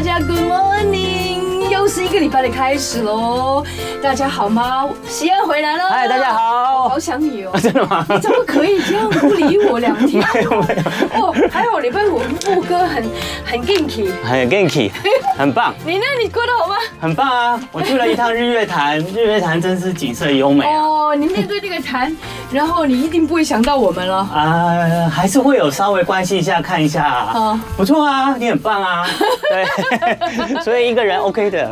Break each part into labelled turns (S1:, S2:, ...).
S1: 家 Good morning，又是一个礼拜的开始喽。大家好吗？西安回来了。
S2: 嗨，大家
S1: 我
S2: 好
S1: 好。想 你哦、真的吗？你怎么可以这样不理我两天？哦，还好礼拜五副歌很很 g a n k
S2: 很 Genki，很棒，
S1: 你呢？你过得好吗？
S2: 很棒啊！我去了一趟日月潭，日月潭真是景色优美啊！
S1: 哦，你面对这个坛，然后你一定不会想到我 们了。
S2: 啊，还是会有稍微关心一下，看一下
S1: 哦
S2: 啊，不错啊，你很棒 啊，对， 所以一个人 OK 的，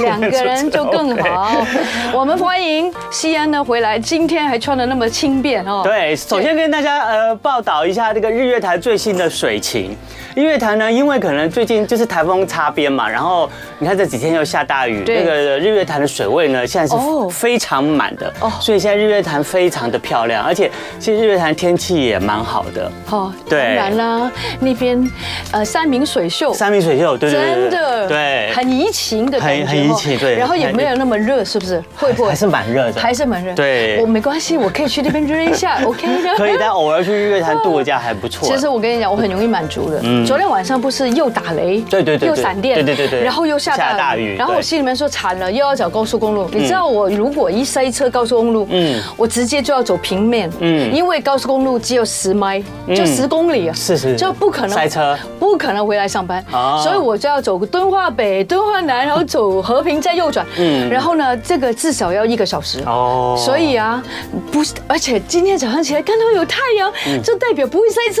S1: 两个人就更好。 我们欢迎西安呢回来，今天还穿的那么轻便哦。
S2: 对，首先跟大家呃报道一下这个日月潭最新的水情。日月潭呢，因为可能最近就是台风擦边嘛，然后你看这几天又下大雨，
S1: 对
S2: 那个日月潭的水位呢现在
S1: 哦
S2: 是非常满的
S1: 哦，
S2: 所以现在日月潭非常的漂亮，而且其实日月潭天气也蛮好的，
S1: 哦，当
S2: 对
S1: 然啦，那边呃山明水秀，
S2: 三明水秀，对对对对
S1: 真的
S2: 呃对，
S1: 很怡情的感觉，哦
S2: 很很怡情对
S1: 然后也没有那么热，是不是？会不会
S2: 还是蛮热的，
S1: 还是蛮热？哦
S2: 对
S1: 我没关系，我可以去那边热一下，OK 的。
S2: 可以，但偶尔去日月潭度个假还不错。啊嗯
S1: 其实我跟你讲，我很容易满足的。昨天晚上不是又打雷，
S2: 对对对对
S1: 又闪电，
S2: 对对对对
S1: 然后又下大
S2: 下大雨
S1: 然后我
S2: 对
S1: 心里面说惨了，又要走高速公路。你知道我如果一塞车高速公路，嗯
S2: 嗯，
S1: 我直接就要走平面，嗯，
S2: 嗯
S1: 因为高速公路只有十迈，就
S2: 嗯
S1: 十公里啊，
S2: 是是是
S1: 就不可能
S2: 塞车，
S1: 不可能回来上班，
S2: 哦
S1: 所以我就要走敦化北、敦化南，然后走和平再右转，嗯，
S2: 嗯
S1: 然后呢，这个至少要一个小时
S2: 哦
S1: 所以啊，不是，而且今天早上起来看到有太阳，就代表不会塞
S2: 嗯啊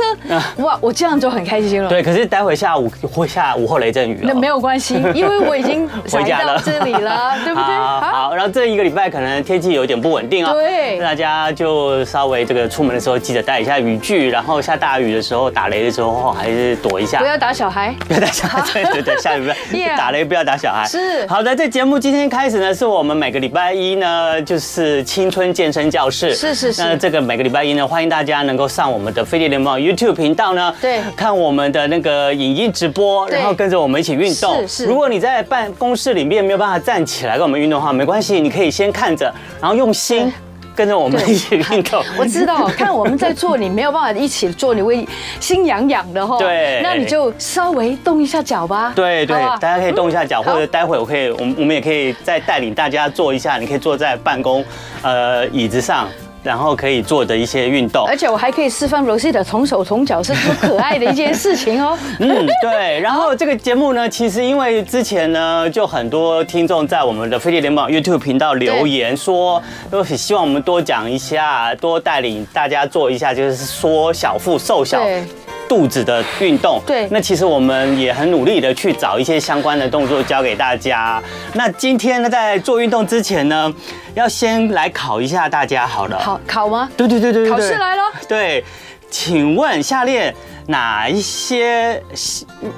S1: 车。哇，我这样就很开心了。
S2: 对，可是待会下午会下午后雷阵雨哦。
S1: 那没 有关系，因为我已经
S2: 回
S1: 来
S2: 家
S1: 到
S2: 了，
S1: 这 里了， 对不对？
S2: 好，好，然后这一个礼拜可能天气有点不稳定哦，
S1: 对
S2: 大家就稍微这个出门的时候记得带一下雨具，然后下大雨的时候、打雷的时候哦还是躲一下
S1: 不。要打小孩。
S2: 不要打小孩，对对对，下雨不
S1: 啊 Yeah
S2: 要打雷，不要打小孩。
S1: 是
S2: 好的，这节目今天开始呢，是我们每个礼拜一呢，就是青春健身教室。
S1: 是是是
S2: 那这个每个礼拜一呢，欢迎大家能够上我们的飞碟联盟 YouTube 频道呢，
S1: 对
S2: 看我们的那个影音直播，
S1: 对
S2: 然后跟着我们一起运动。
S1: 是是
S2: 如果你在办公室里面没有办法站起来跟我们运动的话，没关系，你可以先看着，然后用心跟着我们
S1: 对
S2: 一起运动。
S1: 我知道，看我们在做，你没有办法一起做，你会心痒痒的哈。
S2: 对
S1: 那你就稍微动一下脚吧。
S2: 对对
S1: 好不好，
S2: 大家可以动一下脚，
S1: 嗯
S2: 或
S1: 好
S2: 者待会我可以，我们我们也可以再带领大家做一下，你可以坐在办公呃椅子上，然后可以做的一些运动
S1: 而。且我还可以示范 Rosita 同手同脚是多可爱的一件事情哦。
S2: 嗯，对。然后这个节目呢，其实因为之前呢，就很多听众在我们的飞碟联盟 YouTube 频道留言说，都希望我们多讲一下，多带领大家做一下，就是缩小腹、瘦小
S1: 对
S2: 肚子的运动。
S1: 对
S2: 那其实我们也很努力的去找一些相关的动作教给大家。那今天呢，在做运动之前呢，要先来考一下大家好了。。
S1: 好，考吗？
S2: 对对对对对。
S1: 考试来了。
S2: 对，请问下列哪一些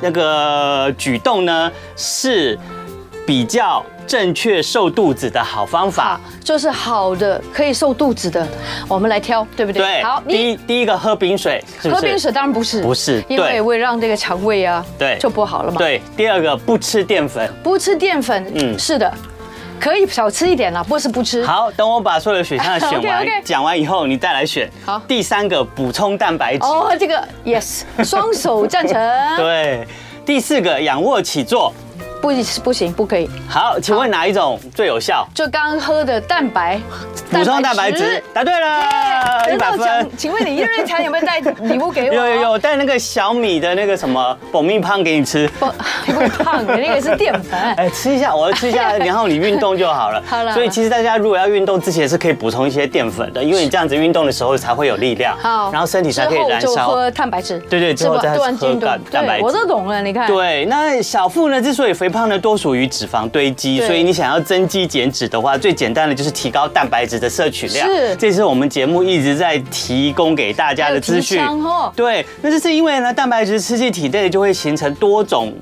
S2: 那个举动呢是比较正确瘦肚子的好方法
S1: 好？，就是好的可以瘦肚子的，我们来挑，对不对？
S2: 对，
S1: 好，
S2: 第
S1: 你
S2: 一第一个喝冰水，是不
S1: 喝
S2: 是？
S1: 冰水当然不是，
S2: 不是
S1: 因
S2: 对
S1: 为会让这个肠胃啊，
S2: 对
S1: 就不好了嘛。，
S2: 对，第二个不吃淀粉。
S1: 不吃淀粉，嗯，
S2: 嗯
S1: 是的，可以少吃一点啦，不是不吃。
S2: 好，等我把所有的选项选完
S1: 嗯 OK，OK
S2: 讲完以后，你再来选。
S1: 好
S2: 第三个补充蛋白质。
S1: 哦，这个 yes，双手赞成。
S2: 对，第四个仰卧起坐。
S1: 不不行，不可以。
S2: 好，请问哪一种最有效？
S1: 就刚刚喝的蛋白，
S2: 补充蛋白质，答对了，
S1: 耶
S2: 一百分
S1: 哎讲。请问你日月潭有没有带礼物 给我？
S2: 有有 有，带那个小米的那个什么保命胖给你吃。
S1: 不，不会胖的那个是淀粉。
S2: 哎，吃一下，我要吃一下， 然后你运动就好了。
S1: 好了
S2: 所以其实大家如果要运动之前是可以补充一些淀粉的，因为你这样子运动的时候才会有力量，
S1: 好，
S2: 然后身体才可以燃
S1: 之后就
S2: 烧。
S1: 喝蛋白质，
S2: 对对之
S1: 是
S2: 后
S1: 吧
S2: 再
S1: 断
S2: 喝
S1: 运动
S2: 蛋蛋白
S1: 对
S2: 质
S1: 我都懂了，你看，，
S2: 对，那小腹呢，之所以肥胖呢，多属于脂肪堆积，
S1: 对
S2: 所以你想要增肌减脂的话，最简单的就是提高蛋白质的摄取量。
S1: 是
S2: 这是我们节目一直在提供给大家的资讯
S1: 还有提倡哦。
S2: 对，那这是因为呢，蛋白质吃进体内就会形成多种。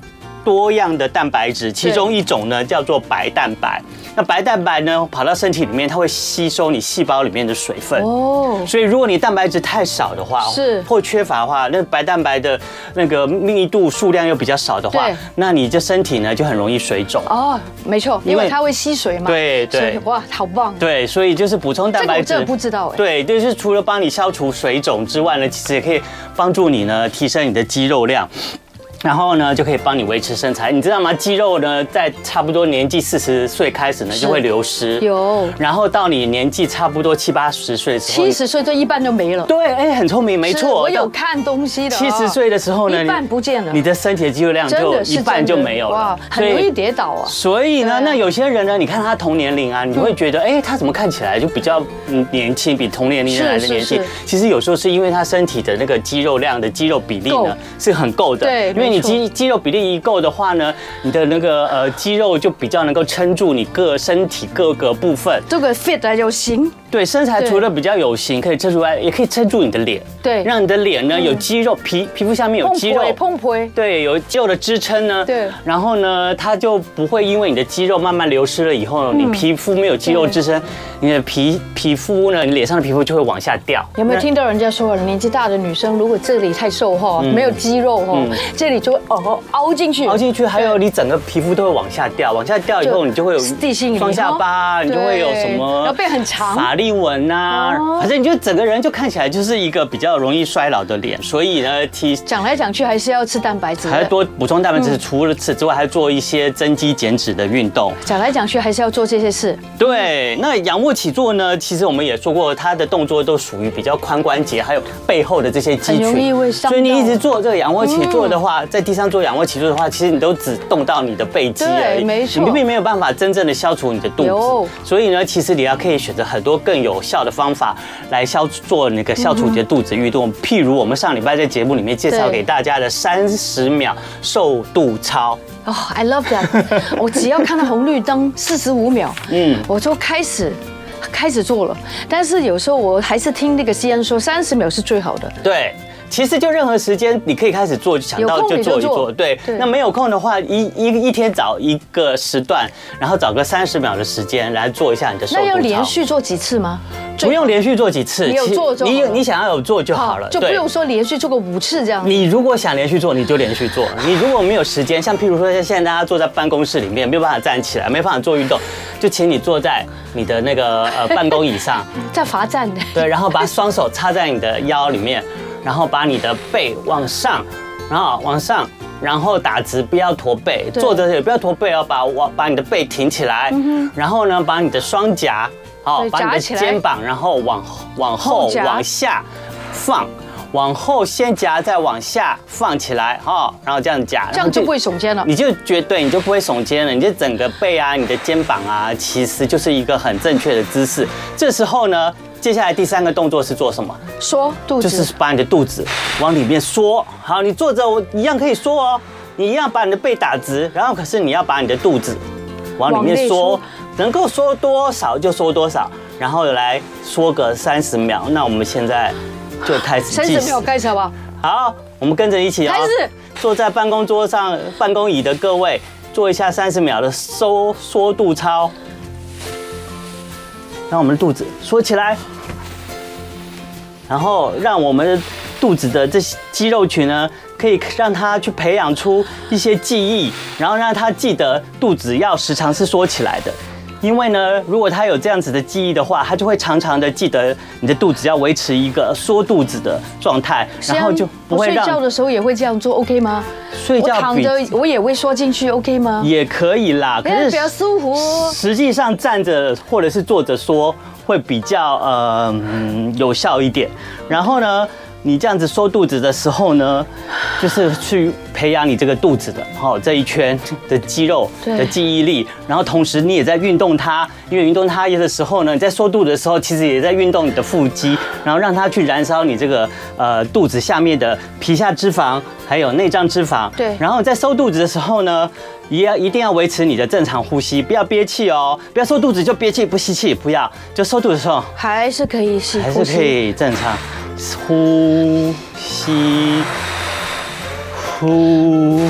S2: 多样的蛋白质，其中一种呢叫做白蛋白。那白蛋白呢，跑到身体里面，它会吸收你细胞里面的水分。
S1: 哦，
S2: 所以，如果你蛋白质太少的话，
S1: 是
S2: 或缺乏的话，那白蛋白的那个密度数量又比较少的话
S1: 对，
S2: 那你这身体呢就很容易水肿。
S1: 哦，没错，
S2: 因为
S1: 因为它会吸水嘛。
S2: 对对
S1: 所以哇，好棒。
S2: 对，所以就是补充蛋白质。
S1: 这个我真的不知道哎
S2: 对，就是除了帮你消除水肿之外呢，其实也可以帮助你呢提升你的肌肉量。然后呢，就可以帮你维持身材，你知道吗？肌肉呢，在差不多年纪四十岁开始呢，
S1: 是
S2: 就会流失。
S1: 有
S2: 然后到你年纪差不多七八十岁的时候，
S1: 七十岁就一半就没了。
S2: 对，哎，很聪明，没
S1: 是
S2: 错。
S1: 我有看东西的。
S2: 七十岁的时候呢，
S1: 一半不见了
S2: 你的身体的肌肉量
S1: 真
S2: 就
S1: 的是
S2: 一半
S1: 真的
S2: 就没有了
S1: 哇，，很容易跌倒啊。
S2: 所以
S1: 对
S2: 呢
S1: 啊，
S2: 那有些人呢，你看他同年龄啊，你会觉得，哎、他怎么看起来就比较嗯年轻，比同年龄人来的
S1: 是是
S2: 年轻
S1: 是？
S2: 其实有时候是因为他身体的那个肌肉量的肌肉比例
S1: 够
S2: 呢是很够的，
S1: 嗯对
S2: 因为你
S1: 没错
S2: 肌肌肉比例一够的话呢，你的那个呃肌肉就比较能够撑住你各身体各个部分，
S1: 这个 fit 啊有型，
S2: 对身材
S1: 对
S2: 除了比较有型可以撑住外，也可以撑住你的脸，
S1: 对
S2: 让你的脸呢有肌肉，皮皮肤下面有肌肉，
S1: 碰腿，
S2: 对，有肌肉的支撑呢，
S1: 对
S2: 然后呢，它就不会因为你的肌肉慢慢流失了以后，你皮肤没有肌肉支
S1: 嗯
S2: 撑，你的皮皮肤呢，你脸上的皮肤就会往下掉。
S1: 有没有
S2: 那？
S1: 听到人家说，年纪大的女生如果这里太瘦哈，没有肌肉哈，这里就会哦凹进去，
S2: 嗯凹进去，还有你整个皮肤都会往下掉，往下掉以后，
S1: 就
S2: 你就会有
S1: 地心引力
S2: 双下巴，
S1: 哦
S2: 你就会有什么，
S1: 对然后变很长
S2: 法令纹呐，
S1: 哦
S2: 反正你就整个人就看起来就是一个比较容易衰老的脸。所以呢，提
S1: 讲来讲去还是要吃蛋白质的，
S2: 还要多补充蛋白
S1: 嗯
S2: 质，除了此之外，还做一些增肌减脂的运动。
S1: 讲来讲去还是要做这些事。
S2: 对，那仰卧起坐呢？其实我们也说过，它的动作都属于比较髋关节还有背后的这些肌群，
S1: 很容易会
S2: 所
S1: 伤到
S2: 以你一直做这个仰卧起坐的话，在地上做仰卧起坐的话，其实你都只动到你的背肌而已，
S1: 对没错
S2: 你并没有办法真正的消除你的肚
S1: 有
S2: 子。所以呢，其实你要可以选择很多更有效的方法来消除做那个消除你的肚子运动，譬如我们上礼拜在节目里面介绍
S1: 嗯对
S2: 给大家的三十秒瘦肚操。
S1: 哦、i love that！我 只要看到红绿灯四十五秒，
S2: 嗯
S1: 嗯，我就开始。开始做了，但是有时候我还是听那个西安说，三十秒是最好的。
S2: 对。其实就任何时间，你可以开始做，想到
S1: 有空
S2: 就
S1: 你
S2: 做
S1: 就
S2: 一做。
S1: 做
S2: 对，
S1: 对
S2: 那没有空的话，一一一天找一个时段，然后找个三十秒的时间来做一下你的瘦肚
S1: 那
S2: 操。
S1: 要连续做几次吗？
S2: 不用连续做几次，
S1: 你有
S2: 其
S1: 做就好
S2: 你有
S1: 了
S2: 你想要有做就好了，
S1: 哦就不
S2: 对
S1: 用说连续做个五次这样。
S2: 你如果想连续做，你就连续做；你如果没有时间，像譬如说像现在大家坐在办公室里面，没有办法站起来，没办法做运动，就请你坐在你的那个呃办公椅上，
S1: 在罚站的，
S2: 对，然后把双手插在你的腰里面，然后把你的背往上，然后往上，然后打直，不要驼背，
S1: 对
S2: 坐着也不要驼背哦，把我把你的背挺起来，然后呢，把你的双颊，好，
S1: 嗯对
S2: 把你的
S1: 夹起来
S2: 肩膀，然后往往后
S1: 后夹
S2: 往下放。往后先夹，再往下放起来，哈，然后这样夹，
S1: 这样就不会耸肩了。
S2: 你就绝对你就不会耸肩了，你就整个背啊、你的肩膀啊，其实就是一个很正确的姿势。这时候呢，接下来第三个动作是做什么？
S1: 缩肚
S2: 就
S1: 子，
S2: 是把你的肚子往里面缩。好，你坐着我一样可以缩哦，你一样把你的背打直，然后可是你要把你的肚子往里面缩
S1: 往内缩，
S2: 能够缩多少就缩多少，然后来缩个三十秒。那我们现在就开始
S1: 三
S2: 计
S1: 十
S2: 时
S1: 秒。开始好不好？
S2: 好，我们跟着一起啊、
S1: 开始
S2: 坐在办公桌上、办公椅的各位，做一下三十秒的收缩肚操，让我们的肚子缩起来，然后让我们的肚子的这些肌肉群呢，可以让它去培养出一些记忆，然后让它记得肚子要时常是缩起来的。因为呢，如果它有这样子的记忆的话，它就会常常的记得你的肚子要维持一个缩肚子的状态，然后就不
S1: 我
S2: 会
S1: 啊睡
S2: 让
S1: 觉的时候也会这样做，OK 吗？
S2: 睡
S1: 我
S2: 觉
S1: 躺
S2: 比
S1: 着我也会缩进去，OK 吗？
S2: 也可以啦，可
S1: 哎
S2: 是
S1: 比较舒服
S2: 实际上站着或者是坐着说会比较呃嗯有效一点。然后呢，你这样子缩肚子的时候呢，就是去培养你这个肚子的哦这一圈的肌肉
S1: 对
S2: 的记忆力，然后同时你也在运动它，因为运动它的时候呢，你在缩肚子的时候，其实也在运动你的腹肌，然后让它去燃烧你这个呃肚子下面的皮下脂肪还有内脏脂肪，
S1: 对
S2: 然后在收肚子的时候呢，也要一定要维持你的正常呼吸，不要憋气哦，不要收肚子就憋气不吸气，不要就收肚子的时候
S1: 还是可以吸，
S2: 还
S1: 呼
S2: 是可
S1: 吸。
S2: 以正常呼吸，呼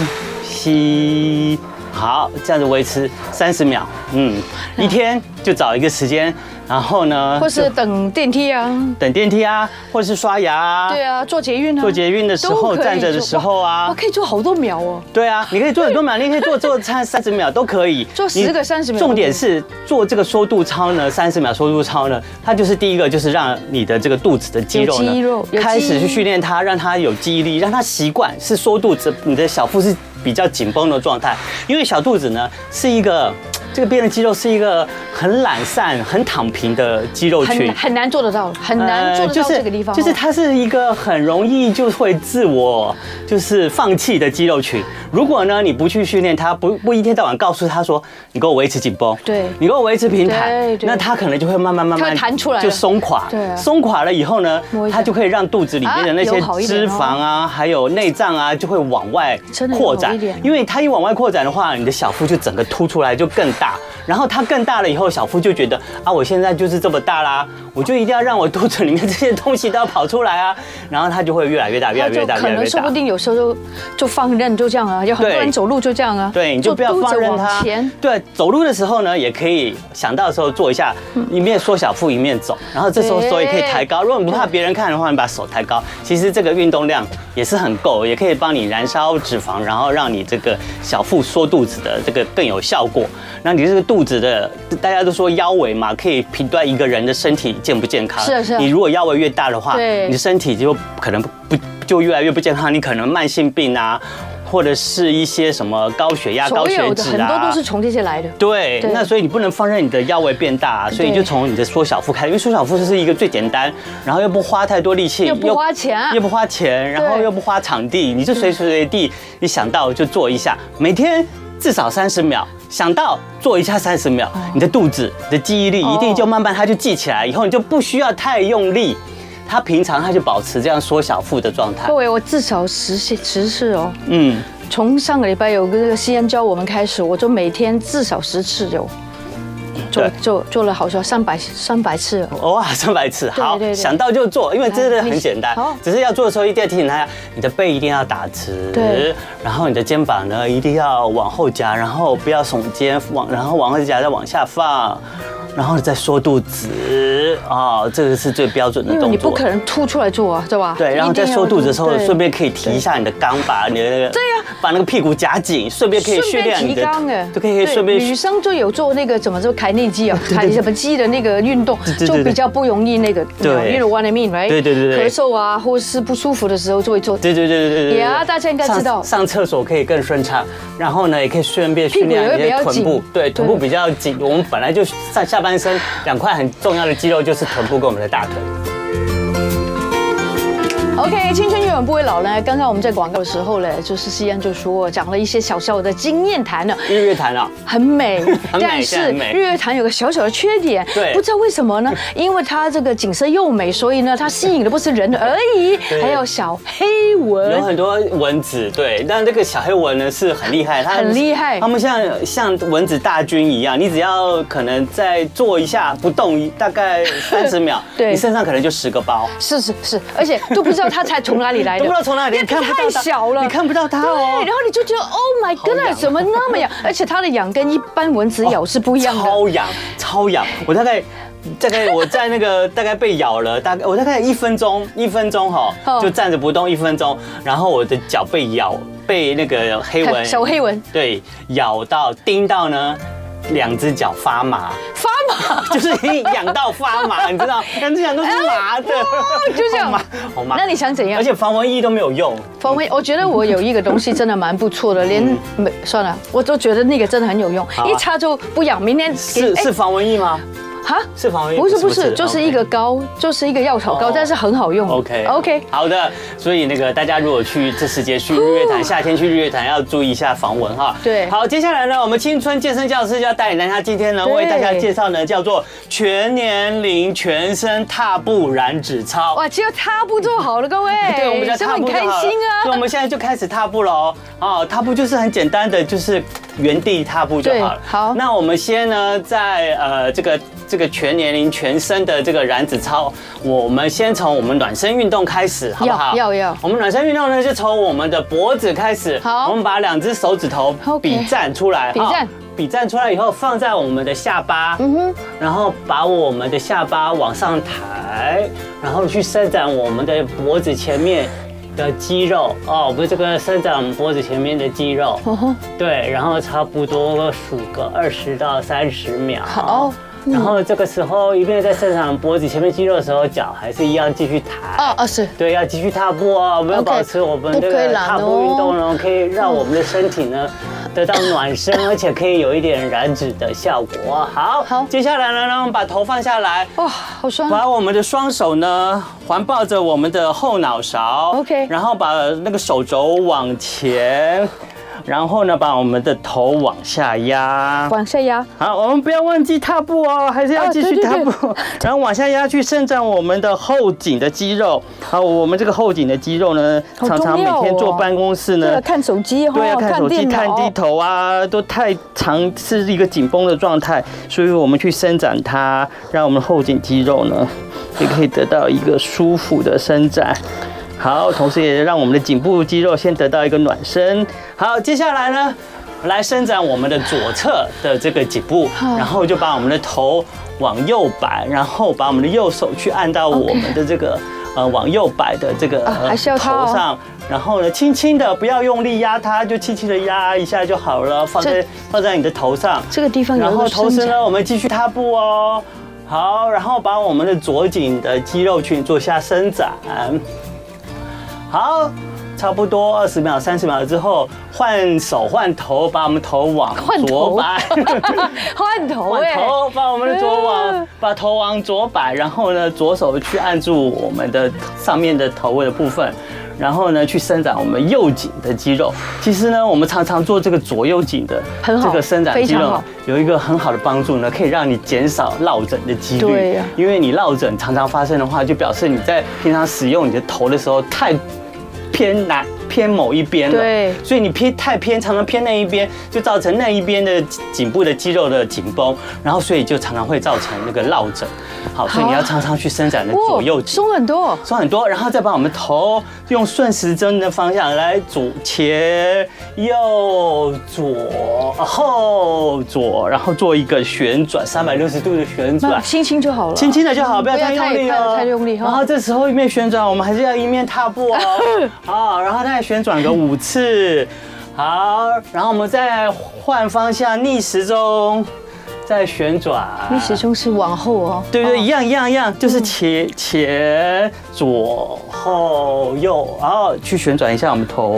S2: 吸，好，这样子维持三十秒，嗯，一天就找一个时间，然后呢，
S1: 或是等电梯啊，
S2: 等电梯啊，或是刷牙啊，
S1: 对啊，坐捷运啊，
S2: 坐捷运的时候
S1: 都可以
S2: 站着的
S1: 做
S2: 时候啊
S1: 哇哇可以做好多秒哦。
S2: 对啊， 你可以做很多秒，你可以做做三三十秒都可以，
S1: 做10个30秒
S2: 重点是做这个缩肚操呢，三十秒缩肚操呢，它就是第一个就是让你的这个肚子的肌肉
S1: 有
S2: 呢，
S1: 肌肉有
S2: 开始
S1: 肌
S2: 去训练它，让它有记忆力，让它习惯是缩肚子，你的小腹是比较紧绷的状态，因为小肚子呢是一个。这个边的肌肉是一个很懒散、很躺平的肌肉群
S1: 很，很难做得到，很难做
S2: 呃
S1: 得
S2: 就
S1: 到
S2: 是
S1: 这个地方哦。
S2: 就是它是一个很容易就会自我就是放弃的肌肉群。如果呢你不去训练它，不不一天到晚告诉它说你给我维持紧绷，
S1: 对
S2: 你给我维持平坦
S1: 对，对
S2: 那它可能就会慢慢慢
S1: 它
S2: 慢
S1: 会弹出来了
S2: 就松垮。
S1: 对啊
S2: 松垮了以后呢
S1: 摸，一下
S2: 它就可以让肚子里面的那些
S1: 啊有好一点
S2: 脂
S1: 哦
S2: 肪啊，还有内脏啊，就会往外
S1: 真的有
S2: 扩
S1: 好
S2: 展
S1: 一点。
S2: 因为它一往外扩展的话，你的小腹就整个凸出来，就更大。然后它更大了以后，小腹就觉得啊，我现在就是这么大啦，我就一定要让我肚子里面这些东西都要跑出来啊。然后它就会越来越大，越
S1: 他
S2: 来
S1: 就
S2: 越大，
S1: 可
S2: 越来
S1: 能
S2: 越
S1: 说不
S2: 大。
S1: 定有时候就就放任就这样啊，有很多
S2: 对
S1: 人走路就这样啊，
S2: 对，你就不要
S1: 嘟着
S2: 放任
S1: 往
S2: 它
S1: 前。
S2: 对，走路的时候呢，也可以想到的时候做一下，一面缩小腹一面走，然后这时候手也可以抬高。如果你不怕别人看的话，你把手抬高，其实这个运动量也是很够，也可以帮你燃烧脂肪，然后让你这个小腹缩肚子的这个更有效果。那你这个肚子的，大家都说腰围嘛，可以评断一个人的身体健不健康。
S1: 是啊是啊
S2: 你如果腰围越大的话，
S1: 对
S2: 你的身体就可能不不就越来越不健康，你可能慢性病啊。或者是一些什么高血压、高
S1: 所
S2: 血
S1: 有的
S2: 脂
S1: 很
S2: 啊，
S1: 多都是从这些来的。
S2: 对，
S1: 对
S2: 那所以你不能放任你的腰围变大、啊所以
S1: 对
S2: 就从你的缩小腹开始，因为缩小腹是一个最简单，然后又不花太多力气，
S1: 又不花钱
S2: 又不花钱，然后又不花场地，你就随时随地你想到就做一下，每天至少三十秒，想到做一下三十
S1: 哦
S2: 秒，你的肚子、你的记忆力一定就慢慢它就记起来，以后你就不需要太用力，它平常它就保持这样缩小腹的状态
S1: 各，位，我至少十次十次哦，
S2: 嗯。
S1: 从上个礼拜有个这个西安教我们开始，我就每天至少十次有，做
S2: 对
S1: 做做了好像三百三百次了。
S2: 偶尔三百次，好
S1: 对对，对
S2: 想到就做，因为真的很简单
S1: 好。
S2: 只是要做的时候，一定要提醒大家，你的背一定要打直
S1: 对，
S2: 然后你的肩膀呢一定要往后夹，然后不要耸肩，往然后往后夹，再往下放，然后再缩肚子啊、哦，这个是最标准的
S1: 因为
S2: 动
S1: 你不
S2: 作
S1: 可。能凸出来做啊，对吧？
S2: 对，然后在缩肚子的时候，
S1: 对
S2: 顺便可以提一下你的肛，把你的那个对
S1: 呀，
S2: 把那个屁股夹紧，顺便可以
S1: 顺
S2: 训
S1: 便
S2: 练你
S1: 提
S2: 的
S1: 肛哎，
S2: 就可以顺便
S1: 对女生就有做那个怎么做凯内 肌啊，凯什么肌的那个运动，
S2: 对对
S1: 就
S2: 对
S1: 比较不容易那个，
S2: 对
S1: y o u know what I mean, right？
S2: 对对对对
S1: 咳嗽啊，或是不舒服的时候就会做。
S2: 对对对对对对。
S1: 呀大家应该知道
S2: 上上厕所可以更顺畅，然后呢，也可以顺便训
S1: 屁股
S2: 练
S1: 也会
S2: 你的
S1: 比较
S2: 臀部
S1: 紧，
S2: 对，
S1: 对
S2: 臀部比较紧。我们本来就上下半身两块很重要的肌肉就是臀部跟我们的大腿。
S1: OK，青春永远不会老呢。刚刚我们在广告的时候呢，就是西安就说讲了一些小小的经验谈呢，
S2: 日月潭啊，，
S1: 很美
S2: 很美
S1: 但
S2: 是
S1: 是
S2: 很美
S1: 日月潭有个小小的缺点，
S2: 对
S1: 不知道为 什么呢？因为它这个景色又美，所以呢，它吸引的不是人而已，
S2: 对
S1: 还有小黑
S2: 有
S1: 蚊。
S2: 很多蚊子，对，但这个小黑蚊呢是很厉害，它
S1: 很厉害
S2: 它们像像蚊子大军一样，你只要可能再坐一下不动，大 概三十秒，
S1: 对
S2: 你身上可能就十个包。
S1: 是是是，而且都不知道它才从哪里来的，
S2: 都 不知道从哪里
S1: 哎因为
S2: 看不到
S1: 太
S2: 它
S1: 小了，
S2: 你看不到它哦
S1: 对，然后你就觉得 Oh my
S2: 好痒
S1: God，怎么那么痒？而且它的痒跟一般蚊子咬是不一样的。
S2: 超痒，超痒！我大概。大概我在那 个大概被咬了，大概我大概一分钟，一分钟哈
S1: 哦，
S2: 就站着不动一分钟，然后我的脚被咬，被那个黑
S1: 看
S2: 蚊
S1: 小黑蚊
S2: 对咬到叮到呢，两只脚发 麻，
S1: 发麻，
S2: 就是你痒到发 麻，你知道，两只脚都是麻的，
S1: 就 这样
S2: 好麻，好麻。
S1: 那你想怎样
S2: 而？且防蚊液都没有用，
S1: 方威，我觉得我有一个东西真的蛮不错的，连没算了，我都觉得那个真的很有用
S2: 嗯好，啊
S1: 一擦就不痒。明天
S2: 是
S1: 哎
S2: 是防蚊液吗？
S1: 哈，
S2: 是防蚊液？
S1: 不是不是，就是一
S2: OK
S1: 个膏，就是一个药草
S2: 哦
S1: 膏，但是很好用。
S2: OK
S1: OK，
S2: 好的，所以那个大家如果去这时节去日月潭，夏天去日月潭要注意一下防蚊哈。
S1: 对
S2: 好，接下来呢，我们青春健身教室就要带领大家今天呢
S1: 对
S2: 为大家介绍呢叫做全年龄全身踏步燃脂操。
S1: 哇，只有擦步就好了，各位，
S2: 对，我们叫
S1: 这
S2: 踏
S1: 么
S2: 步
S1: 很
S2: 就
S1: 开
S2: 好了
S1: 心
S2: 所以我
S1: 啊。
S2: 们现在就开始踏步了哦。哦，踏步就是很简单的，就是原地踏步就好了。
S1: 对好
S2: 那我们先呢，在呃这个这个全年龄全身的这个燃脂操，我们先从我们暖身运动开始，好不好？
S1: 要要要
S2: 我们暖身运动呢，就从我们的脖子开始。
S1: 好
S2: 我们把两只手指头
S1: OK
S2: 比站出来。
S1: 比站
S2: 哈。比站出来以后，放在我们的下巴。
S1: 嗯哼，
S2: 然后把我们的下巴往上抬，然后去伸展我们的脖子前面的肌肉哦，不是这个伸展我们脖子前面的肌肉，
S1: 哦吼，
S2: 对，然后差不多数个二十到三十秒。哦
S1: 好
S2: 然后这个时候一边在伸展脖子前面肌肉的时候，脚还是一样继续抬。
S1: 哦哦是，
S2: 对，要继续踏步哦，我们要
S1: OK，
S2: 保持我们这
S1: 不可以
S2: 个
S1: 懒
S2: 踏
S1: 哦
S2: 步运动呢，可以让我们的身体呢得到暖身，而且可以有一点燃脂的效果。好，
S1: 好
S2: 接下来呢，让我们把头放下来。
S1: 哇，好酸，
S2: 把我们的双手呢环抱着我们的后脑勺
S1: OK
S2: 然后把那个手肘往前，然后呢把我们的头往下压。
S1: 往下压，
S2: 好，我们不要忘记踏步哦，还是要
S1: 哦
S2: 继
S1: 对
S2: 续
S1: 对
S2: 踏
S1: 对
S2: 步， 然后往下压去伸展我们的后颈的肌肉。好，我们这个后颈的肌肉呢，
S1: 好
S2: 常常
S1: 重
S2: 每
S1: 要
S2: 天坐
S1: 哦
S2: 办公室
S1: 对
S2: 呢
S1: 了，，哦看手机哈
S2: 对啊，，看手机、
S1: 电
S2: 看低
S1: 脑，
S2: 头啊，都太长是一个紧绷的状态，所以我们去伸展它，让我们后颈肌肉呢也可以得到一个舒服的伸展。好，同时也让我们的颈部肌肉先得到一个暖身。好，接下来呢，来伸展我们的左侧的这个颈部，然后就把我们的头往右摆，然后把我们的右手去按到我们的这个呃往右摆的这个呃
S1: 啊还是要
S2: 头
S1: 它哦
S2: 上。然后呢，轻轻的，不要用力压它，就轻轻的压一下就好了，放在
S1: 这
S2: 放在你的头上。
S1: 这个地方有
S2: 然
S1: 一
S2: 后
S1: 个
S2: 同
S1: 伸
S2: 时
S1: 展，
S2: 呢，我们继续踏步哦。好，然后把我们的左颈的肌肉群做下伸展。好，差不多二十秒、三十秒之后，换手换头，把我们头往
S1: 换
S2: 左
S1: 头
S2: 摆。
S1: 啊换头
S2: 往
S1: 哎，
S2: 头把我们的左往
S1: 嗯
S2: 把头往左摆，然后呢，左手去按住我们的上面的头的部分，然后呢，去伸展我们右颈的肌肉。其实呢，我们常常做这个左右颈的
S1: 很好
S2: 这个伸展肌
S1: 非常
S2: 肉
S1: 好，
S2: 有一个很好的帮助呢，可以让你减少落枕的几率。
S1: 对呀
S2: 因为你落枕常常发生的话，就表示你在平常使用你的头的时候太偏哪偏某一边了，
S1: 对
S2: 所以你偏太偏，常常偏那一边，就造成那一边的颈部的肌肉的紧绷，然后所以就常常会造成那个落枕。好，所以你要常常去伸展你的左右
S1: 哇，
S2: 颈。
S1: 松很多，
S2: 松很多，然后再把我们头用顺时针的方向来左前右左后左，然后做一个旋转，三百六十度的旋
S1: 那
S2: 转，
S1: 轻轻就好了，
S2: 轻轻的就好，
S1: 嗯
S2: 不要太用力哦。
S1: 太太用力
S2: 然后
S1: 哈，
S2: 这时候一面旋转，我们还是要一面踏步
S1: 嗯
S2: 哦。好，然后再旋转个五次。好，然后我们再换方向，逆时钟，再旋转。
S1: 你始终是往后哦，
S2: 对不
S1: 哦
S2: 对，一样一样一样，就是前前左后右，然后去旋转一下我们头，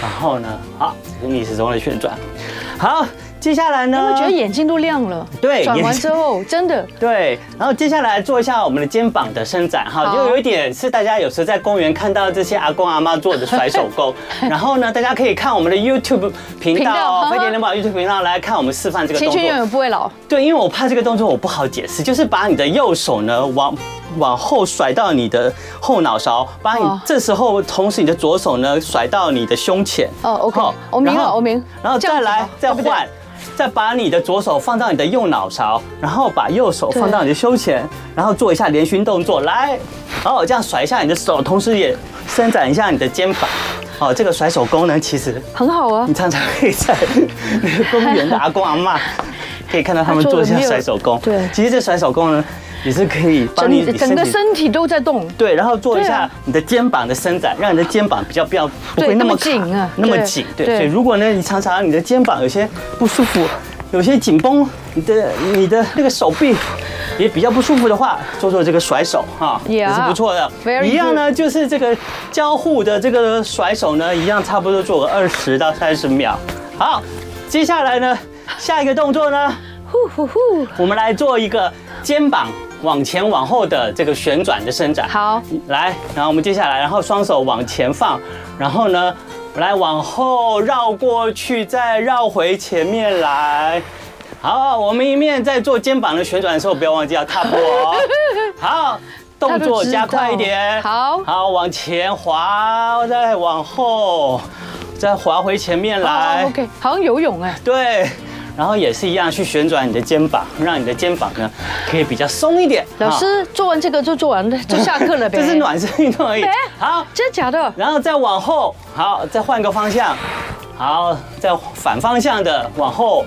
S2: 然后呢，好，逆时钟的旋转。好，接下来呢？
S1: 哎我觉得眼睛都亮了。
S2: 啊对
S1: 转
S2: 眼
S1: 完
S2: 睛
S1: 之后真的
S2: 对，然后接下来做一下我们的肩膀的伸展哈，
S1: 好
S2: 就有一点是大家有时候在公园看到这些阿公阿妈做的甩手 功，然后呢，大家可以看我们的 YouTube 频
S1: 频
S2: 道
S1: 道
S2: 哦，
S1: 哈
S2: 飞碟联宝 YouTube 频道来看我们示范这个
S1: 青
S2: 动
S1: 春永
S2: 作。
S1: 远不会老，
S2: 对，因为我怕这个动作我不好解释，就是把你的右手呢往往后甩到你的后脑勺，把你
S1: 哦
S2: 这时候同时你的左手呢甩到你的胸前。
S1: 哦，OK，
S2: 好
S1: 我明
S2: 然
S1: 了，
S2: 后
S1: 我明，
S2: 然后
S1: 这样
S2: 再
S1: 子
S2: 来
S1: 吧，
S2: 再
S1: 对不对
S2: 换，再把你的左手放到你的右脑勺，然后把右手放到你的胸前，然后做一下连续动作，来，哦，这样甩一下你的手，同时也伸展一下你的肩膀。哦，这个甩手功能其实
S1: 很好啊
S2: 你，常常会在那个公园的阿公阿嬷 可以看到他们做一下甩手功。
S1: 对
S2: 其实这甩手功呢也是可以帮你
S1: 整整个
S2: 体
S1: 身体都在动，
S2: 对，然后做一
S1: 对
S2: 下
S1: 啊
S2: 你的肩膀的伸展，让你的肩膀比较不要不
S1: 对
S2: 会那
S1: 那么
S2: 么卡
S1: 紧啊
S2: 那么
S1: 对
S2: 紧。对，
S1: 对
S2: 所以如果呢，你常常你的肩膀有些不舒服，有些紧绷，你的你的那个手臂也比较不舒服的话，做做这个甩手哈
S1: Yeah，
S2: 也是不错的。
S1: very
S2: 一样呢，就是这个交互的这个甩手呢，一样差不多做个二十到三十秒。好，接下来呢，下一个动作呢，
S1: 呼呼呼，
S2: 我们来做一个肩膀往前往后的这个旋转的伸展。
S1: 好，
S2: 来，然后我们接下来，然后双手往前放，然后呢，来往后绕过去，再绕回前面来。好，我们一面在做肩膀的旋转的时候，不要忘记要踏步哦。好，动作加快一点。
S1: 他都知道好
S2: 好，往前滑，再往后。再滑回前面来。啊
S1: 哦 OK，好像游泳哎，
S2: 对，然后也是一样去旋转你的肩膀，让你的肩膀呢可以比较松一点。
S1: 老
S2: 啊，
S1: 师做完这个就做完了，就下课了呗。
S2: 这是暖身运动而已
S1: 哎。
S2: 好，
S1: 真的假的？
S2: 然后再往后，好，再换个方向，好，再反方向的往后，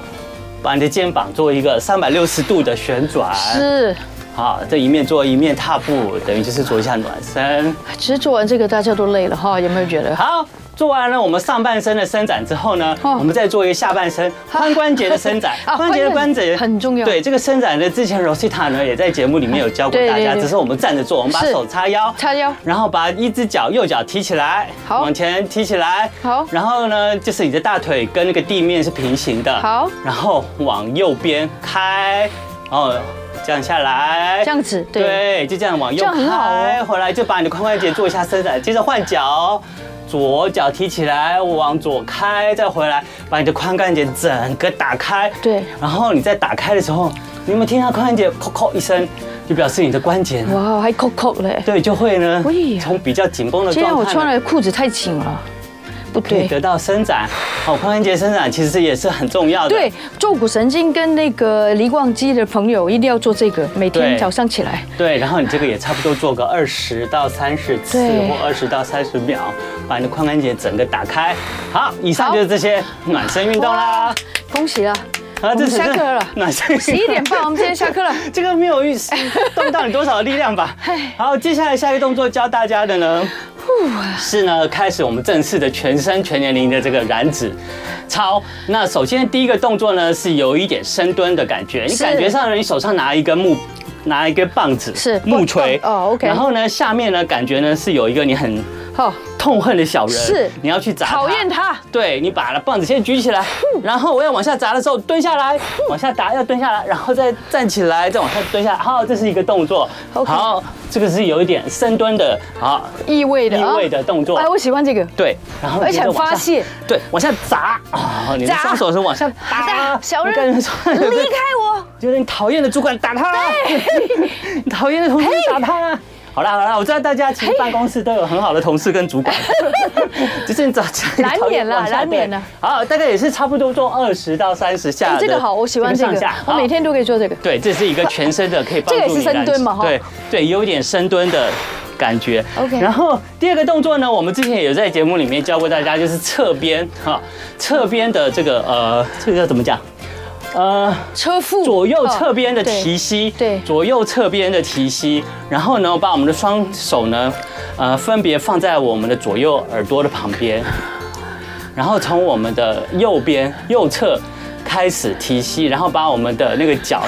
S2: 把你的肩膀做一个三百六十度的旋转。
S1: 是，
S2: 好，这一面做一面踏步，等于就是做一下暖身。
S1: 其实做完这个大家都累了哈，有没有觉得？
S2: 好，做完了我们上半身的伸展之后呢，
S1: 哦。
S2: 我们再做一个下半身髋关节的伸展
S1: 啊
S2: 关节的
S1: 关
S2: 关
S1: 节
S2: 节
S1: 很重要
S2: 对，这个伸展的之前 Rosita 呢也在节目里面有教过
S1: 对
S2: 大
S1: 对
S2: 家，
S1: 对
S2: 只是我们站着做，我们把
S1: 是
S2: 手叉腰，
S1: 叉腰
S2: 然后把一只脚右脚提起来，
S1: 好
S2: 往前提起来，
S1: 好
S2: 然后呢就是你的大腿跟那个地面是平行的，
S1: 好，
S2: 然后往右边开，哦，这样下来，
S1: 这样子对
S2: 对，就这样往右
S1: 这样很好哦
S2: 开，回来就把你的髋关节做一下伸展，接着换脚，左脚提起来往左开，再回来把你的髋关节整个打开。
S1: 对
S2: 然后你在打开的时候，你有没有听到髋关节“扣扣”一声，就表示你的关节呢？
S1: 哇，还扣扣嘞。
S2: 对，就会呢
S1: 喂，
S2: 从比较紧绷的
S1: 今天我
S2: 状态
S1: 穿
S2: 呢。
S1: 的裤子太紧了，不
S2: 可以
S1: 对。
S2: 得到伸展，好，髋关节伸展其实也是很重要的。
S1: 对，坐骨神经跟那个离逛肌的朋友一定要做这个，每天
S2: 对
S1: 早上起来。
S2: 对，然后你这个也差不多做个二十到三十次
S1: 对
S2: 或二十到三十秒，把你的髋关节整个打开。好，以上就是这些暖身运动啦啊
S1: 哇。，恭喜了，我
S2: 好，
S1: 们
S2: 只是
S1: 下课了，
S2: 暖身运动
S1: 十一点半，我们今天下 课了。
S2: 这个没有预
S1: 哎
S2: 动到你多少力量吧？好，接下来下一个动作教大家的呢，
S1: 啊
S2: 是呢开始我们正式的全身全年龄的这个燃脂操。那首先第一个动作呢是有一点深蹲的感觉，你
S1: 是
S2: 感觉上呢你手上拿一根木。拿一根棒子，
S1: 是
S2: 木锤
S1: 棒哦，OK
S2: 然后呢，下面呢，感觉呢是有一个你很
S1: 好，
S2: 痛恨的小人，
S1: 是
S2: 你要去砸，
S1: 讨厌他，
S2: 对你把棒子先举起来，
S1: 嗯
S2: 然后我要往下砸的时候蹲下来，往下打要蹲下来，然后再站起来，再往下蹲下来。好，这是一个动作。
S1: OK
S2: 好，这个是有一点深蹲的啊，
S1: 意味的啊
S2: 意味的动作
S1: 哎，我喜欢这个，
S2: 对，然后
S1: 而且
S2: 接着
S1: 很
S2: 往下
S1: 发泄，
S2: 对，往下砸啊，你的
S1: 砸
S2: 双手是往下打
S1: 打，小
S2: 你感
S1: 人
S2: 觉 说
S1: 离开我。
S2: 就是你讨厌的主管打他， 你讨厌的同事打他。好啦好啦，我知道大家其实办公室都有很好的同事跟主 管，就是你找
S1: 难免啦难免啦。
S2: 好，大概也是差不多做二十到三十下
S1: 哎
S2: 的。
S1: 这个好，我喜欢这
S2: 上
S1: 个
S2: 下，
S1: 我每。
S2: 好
S1: 天都可以做这个。
S2: 对，这是一个全身 的，可以帮助你
S1: 这个也是深蹲嘛哈
S2: 对对，有点深蹲的感觉。
S1: OK
S2: 然后第二个动作呢，我们之前也有在节目里面教过大家，就是侧边哈，侧边的这个呃，这个叫怎么讲？呃，
S1: 车 腹
S2: 左右侧
S1: 哦
S2: 边的
S1: 对
S2: 提膝，
S1: 对
S2: 左右侧边的提膝，然后呢，把我们的双手呢，呃，分别放在我们的左右耳朵的旁边，然后从我们的右边右侧开始提膝，然后把我们的那个脚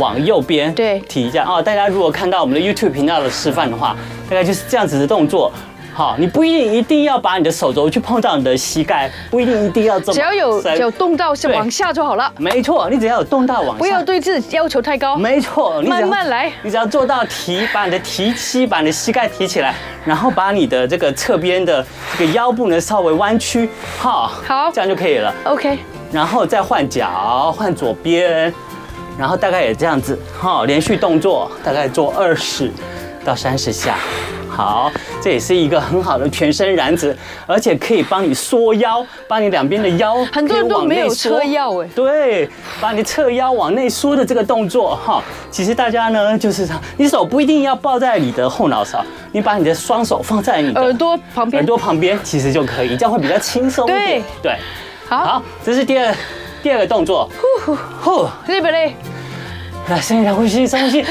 S2: 往右边
S1: 对
S2: 提一下啊、哦。大家如果看到我们的 YouTube 频道的示范的话，大概就是这样子的动作。好，你不一定一定要把你的手肘去碰到你的膝盖，不一定一定要这么
S1: 只要有
S2: 深
S1: 有动到
S2: 对
S1: 往下就好了，
S2: 没错，你只要有动到往下，
S1: 不要对自己要求太高。
S2: 没错，你只要
S1: 哦慢慢来
S2: 你只要做到提，把你的提膝，把你的膝盖提起来，然后把你的这个侧边的这个腰部呢稍微弯曲，哈，
S1: 好
S2: 这样就可以了。
S1: OK，
S2: 然后再换脚，换左边，然后大概也这样子，哈，连续动作大概做二十到三十下。好，这也是一个很好的全身燃脂，而且可以帮你缩腰，帮你两边的腰
S1: 很多人
S2: 可以
S1: 都
S2: 往
S1: 没有
S2: 内缩
S1: 车腰哎
S2: 对，把你侧腰往内缩的这个动作哈，其实大家呢就是，你手不一定要抱在你的后脑勺，你把你的双手放在你的
S1: 耳朵旁边
S2: 耳朵旁边其实就可以，这样会比较轻松一点。对，
S1: 好
S2: 好，，这是第二第二个动作，呼呼，
S1: 对不对？
S2: 来深深呼吸，深呼吸。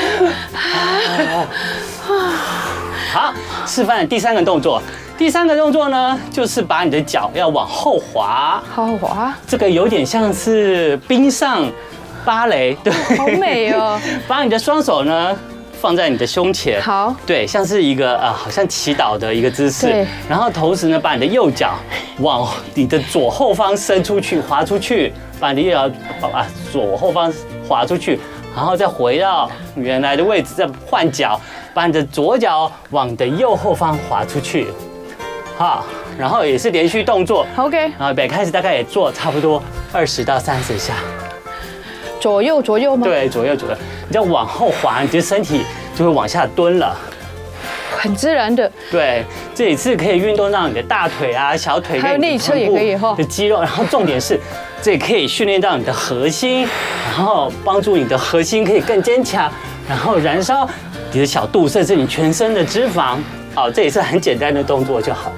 S2: 好，示范第三个动作。第三个动作呢，就是把你的脚要往后滑，
S1: 好好滑，
S2: 这个有点像是冰上芭蕾，对，
S1: 好美哦。
S2: 把你的双手呢放在你的胸前，
S1: 好
S2: 对，像是一个呃，好像祈祷的一个姿势
S1: 对。
S2: 然后同时呢，把你的右脚往你的左后方伸出去，滑出去，把你的右脚啊左后方滑出去，然后再回到原来的位置，再换脚，把你的左脚往你的右后方滑出去，好，然后也是连续动作。
S1: OK，
S2: 然后啊北开始大概也做差不多二十到三十下，
S1: 左右左右吗？，
S2: 对，左右左右，你再往后滑，你的身体就会往下蹲了。
S1: 很自然的，
S2: 对，这也是可以运动让你的大腿啊、小腿，
S1: 还有内侧也可以哈
S2: 的肌肉。然后重点是，这也可以训练到你的核心，然后帮助你的核心可以更坚强，然后燃烧你的小肚，甚至你全身的脂肪。哦，这也是很简单的动作就好。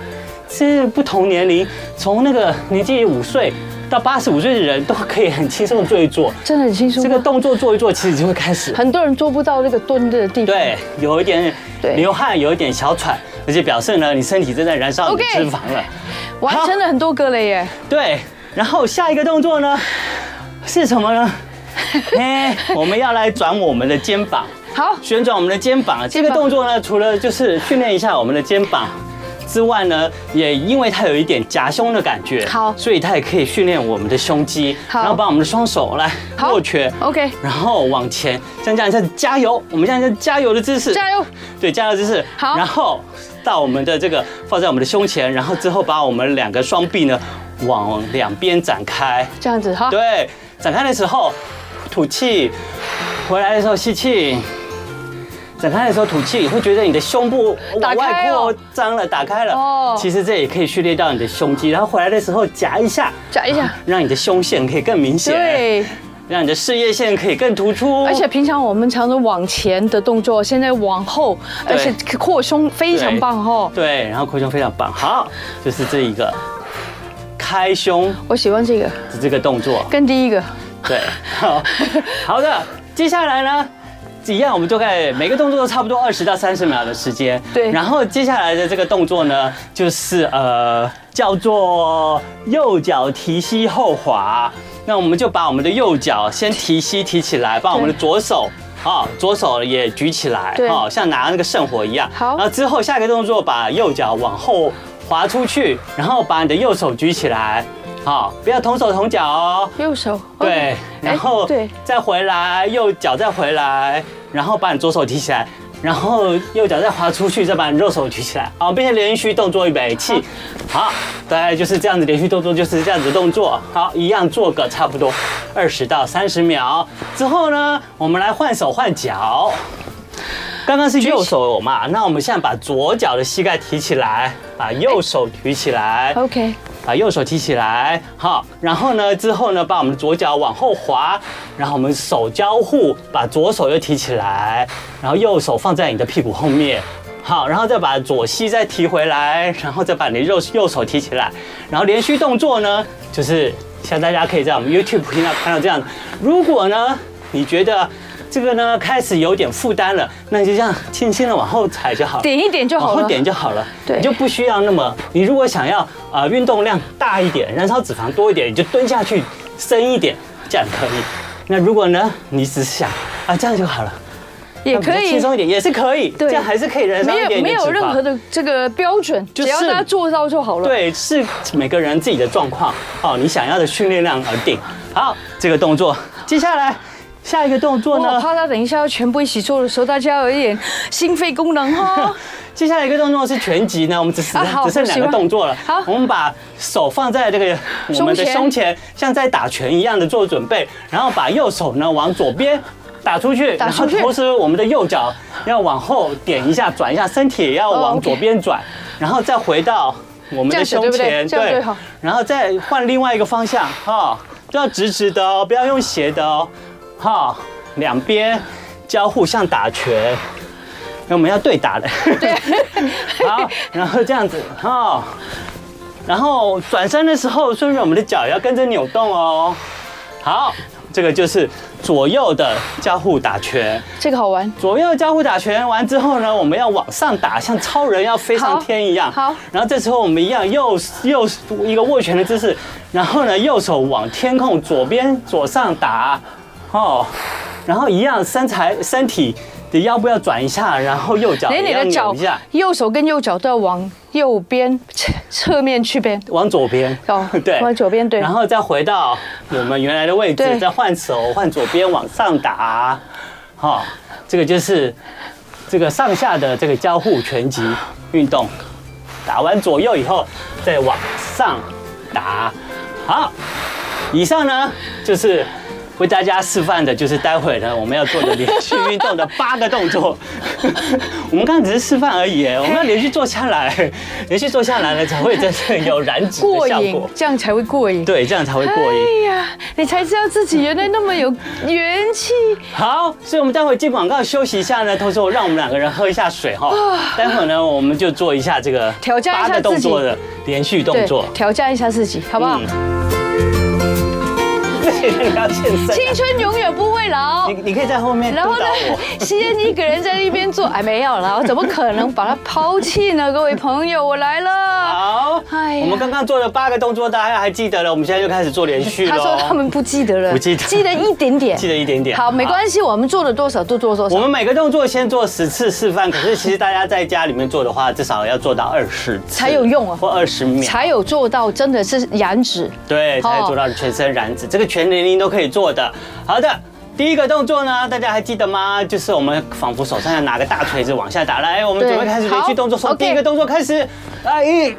S2: 是不同年龄，从那个年纪五岁到八十五岁的人都可以很轻松的做一做。
S1: 真的很轻松。
S2: 这个动作做一做，其实就会开始。
S1: 很多人做不到那个蹲的地方。
S2: 对，有一点
S1: 对
S2: 流汗，有一点小喘，而且表示呢，你身体正在燃烧你的
S1: OK
S2: 脂肪了。
S1: 完成了很多个了耶。
S2: 对，然后下一个动作呢是什么 呢？哎，我们要来转我们的肩膀，
S1: 好，
S2: 旋转我们的肩膀。啊这
S1: 肩
S2: 个
S1: 膀
S2: 动作呢，除了就是训练一下我们的肩膀之外呢，也因为它有一点夹胸的感觉，
S1: 好
S2: 所以它也可以训练我们的胸肌。
S1: 好
S2: 然后把我们的双手来
S1: 好
S2: 握拳，
S1: OK，
S2: 然后往前，像这样，像加油，我们像这样加油的姿势，
S1: 加油！
S2: 对，加油姿势。
S1: 好
S2: 然后到我们的这个放在我们的胸前，然后之后把我们两个双臂呢往两边展开。
S1: 这样子哈。
S2: 对，展开的时候吐气，回来的时候吸气。展开的时候吐气，会觉得你的胸部
S1: 打
S2: 往外
S1: 开
S2: 扩
S1: 哦
S2: 张了，打开了。
S1: 哦
S2: 其实这也可以训练到你的胸肌，然后回来的时候夹一下，
S1: 夹一下
S2: 啊让你的胸线可以更明显，，
S1: 对，
S2: 让你的事业线可以更突出。
S1: 而且平常我们常常往前的动作，现在往后，
S2: 对
S1: 而且扩胸非常棒哦。
S2: 对，然后扩胸非常棒。好，就是这一个开胸
S1: 我喜欢这个，
S2: 的这个动作。
S1: 跟第一个
S2: 对，好好的，接下来呢？一样，我们大概每个动作都差不多二十到三十秒的时间。
S1: 对
S2: 然后接下来的这个动作呢，就是呃叫做右脚提膝后滑。那我们就把我们的右脚先提膝提起来，把我们的左手啊、左手也举起来，
S1: 对
S2: 哦，像拿那个圣火一样。
S1: 好
S2: 然后之后下一个动作，把右脚往后滑出去，然后把你的右手举起来，好、不要同手同脚哦。
S1: 右手。
S2: 对
S1: OK，，
S2: 然后
S1: 哎对，
S2: 再回来，右脚再回来，然后把你左手提起来，然后右脚再滑出去，再把你右手举起来，好，变成连续动作预备起，好，大概就是这样子，连续动作就是这样子的动作，好，一样做个差不多二十到三十秒之后呢，我们来换手换脚。刚刚是右手嘛，那我们现在把左脚的膝盖提起来，把右手举起来，
S1: OK，
S2: 把右手提起来，好，然后呢，之后呢，把我们的左脚往后滑，然后我们手交互，把左手又提起来，然后右手放在你的屁股后面，好，然后再把左膝再提回来，然后再把你的右右手提起来，然后连续动作呢，就是像大家可以在我们 YouTube 频道看到这样。如果呢，你觉得这个呢开始有点负担了，那你就这样轻轻的往后踩就好了。
S1: 点一点就
S2: 往
S1: 好
S2: 后
S1: 了。
S2: 哦点就好了，
S1: 对
S2: 你就不需要那么。你如果想要啊、呃运动量大一点，燃烧脂肪多一点，你就蹲下去深一点，这样可以。那如果呢，你只是想啊这样就好了，
S1: 也
S2: 那比较
S1: 可以
S2: 轻，松一点也是可以，
S1: 对
S2: 这样还是可以燃烧
S1: 没
S2: 一点点
S1: 有没
S2: 脂
S1: 有
S2: 肪
S1: 任何的这个标准，
S2: 就
S1: 只要
S2: 是
S1: 大家做到就好了。，
S2: 对，是每个人自己的状况哦，你想要的训练量而定。好，这个动作，接下来下一个动作
S1: 我
S2: 呢？
S1: 怕他等一下要全部一起做的时候，大家有一点心肺功能哦。
S2: 接下来一个动作是拳击呢，我们只剩、
S1: 啊好
S2: 只剩两个动作了。
S1: 好
S2: 我们把手放在这个我们的
S1: 胸前
S2: 胸前，像在打拳一样的做准备，然后把右手呢往左边打出去，
S1: 打出去
S2: 然后同时我们的右脚要往后点一下，转一下，身体也要
S1: 哦
S2: 往
S1: ，OK
S2: 左边转，然后再回到我们的胸
S1: 这
S2: 前，
S1: 样子对不对这样最好
S2: 然后再换另外一个方 向，哈、都要直直的哦，不要用斜的哦，哈、两边交互像打拳。那我们要对打的，
S1: 对，
S2: 好，然后这样子哈、哦，然后转身的时候，顺便我们的脚也要跟着扭动哦。好，这个就是左右的交互打拳。
S1: 这个好玩。
S2: 左右交互打拳完之后呢，我们要往上打，像超人要飞上
S1: 好
S2: 天一样。
S1: 好
S2: 然后这时候我们一样右右一个握拳的姿势，然后呢右手往天空左边左上打，哦，然后一样身材身体的腰部要转一下，然后右脚
S1: 连
S2: 也
S1: 你
S2: 要
S1: 的
S2: 扭
S1: 脚
S2: 一下，
S1: 右手跟右脚都要往右边侧侧面去边。
S2: 往左边。
S1: 哦
S2: 对，
S1: 往左 边对
S2: 然后再回到我们原来的位置，
S1: 对
S2: 再换手换左边往上打，好、这个就是这个上下的这个交互拳击运动。打完左右以后，再往上打。好，以上呢就是为大家示范的就是待会儿呢我们要做的连续运动的八个动作。 我们刚刚只是示范而已，我们要连续做下来，连续做下来了才会真正有燃脂的
S1: 过
S2: 效
S1: 瘾
S2: 果，。
S1: 这样才会过瘾。
S2: 对，这样才会过瘾。
S1: 哎呀，你才知道自己原来那么有元气。
S2: 好，所以我们待会儿进广告休息一下呢，偷偷让我们两个人喝一下水哈。待会儿呢，我们就做一下这个
S1: 挑啊战一下
S2: 八个动作的连续动
S1: 对
S2: 作，。
S1: 挑战一下自己，好不好？
S2: 嗯。 这个要健身啊。
S1: 青春永远不会老
S2: 你。你可以在后面督
S1: 然
S2: 导
S1: 后呢
S2: 我。，
S1: 吸烟一个人在那边做，哎，没有了，我怎么可能把它抛弃呢？各位朋友，我来了。
S2: 好，
S1: 哎呀
S2: 我们刚刚做了八个动作，大家还记得了？我们现在就开始做连续了。
S1: 他说他们不记得了，
S2: 不记得
S1: 记得一点点，
S2: 记得一点点
S1: 好，没关系，我们做了多少就做多
S2: 我
S1: 少。
S2: 们每个动作先做十次示范，可是其实大家在家里面做的话，至少要做到二十次
S1: 才有用哦
S2: 或二十秒，
S1: 才有做到，真的是燃脂。
S2: 对，
S1: 哦
S2: 才做到全身燃脂，这个全年龄都可以做的。好的。第一个动作呢，大家还记得吗？就是我们仿佛手上要拿个大锤子往下打。来，我们
S1: 对
S2: 准备开始连
S1: 好
S2: 续动作，从
S1: OK
S2: 第一个动作开始。来，一、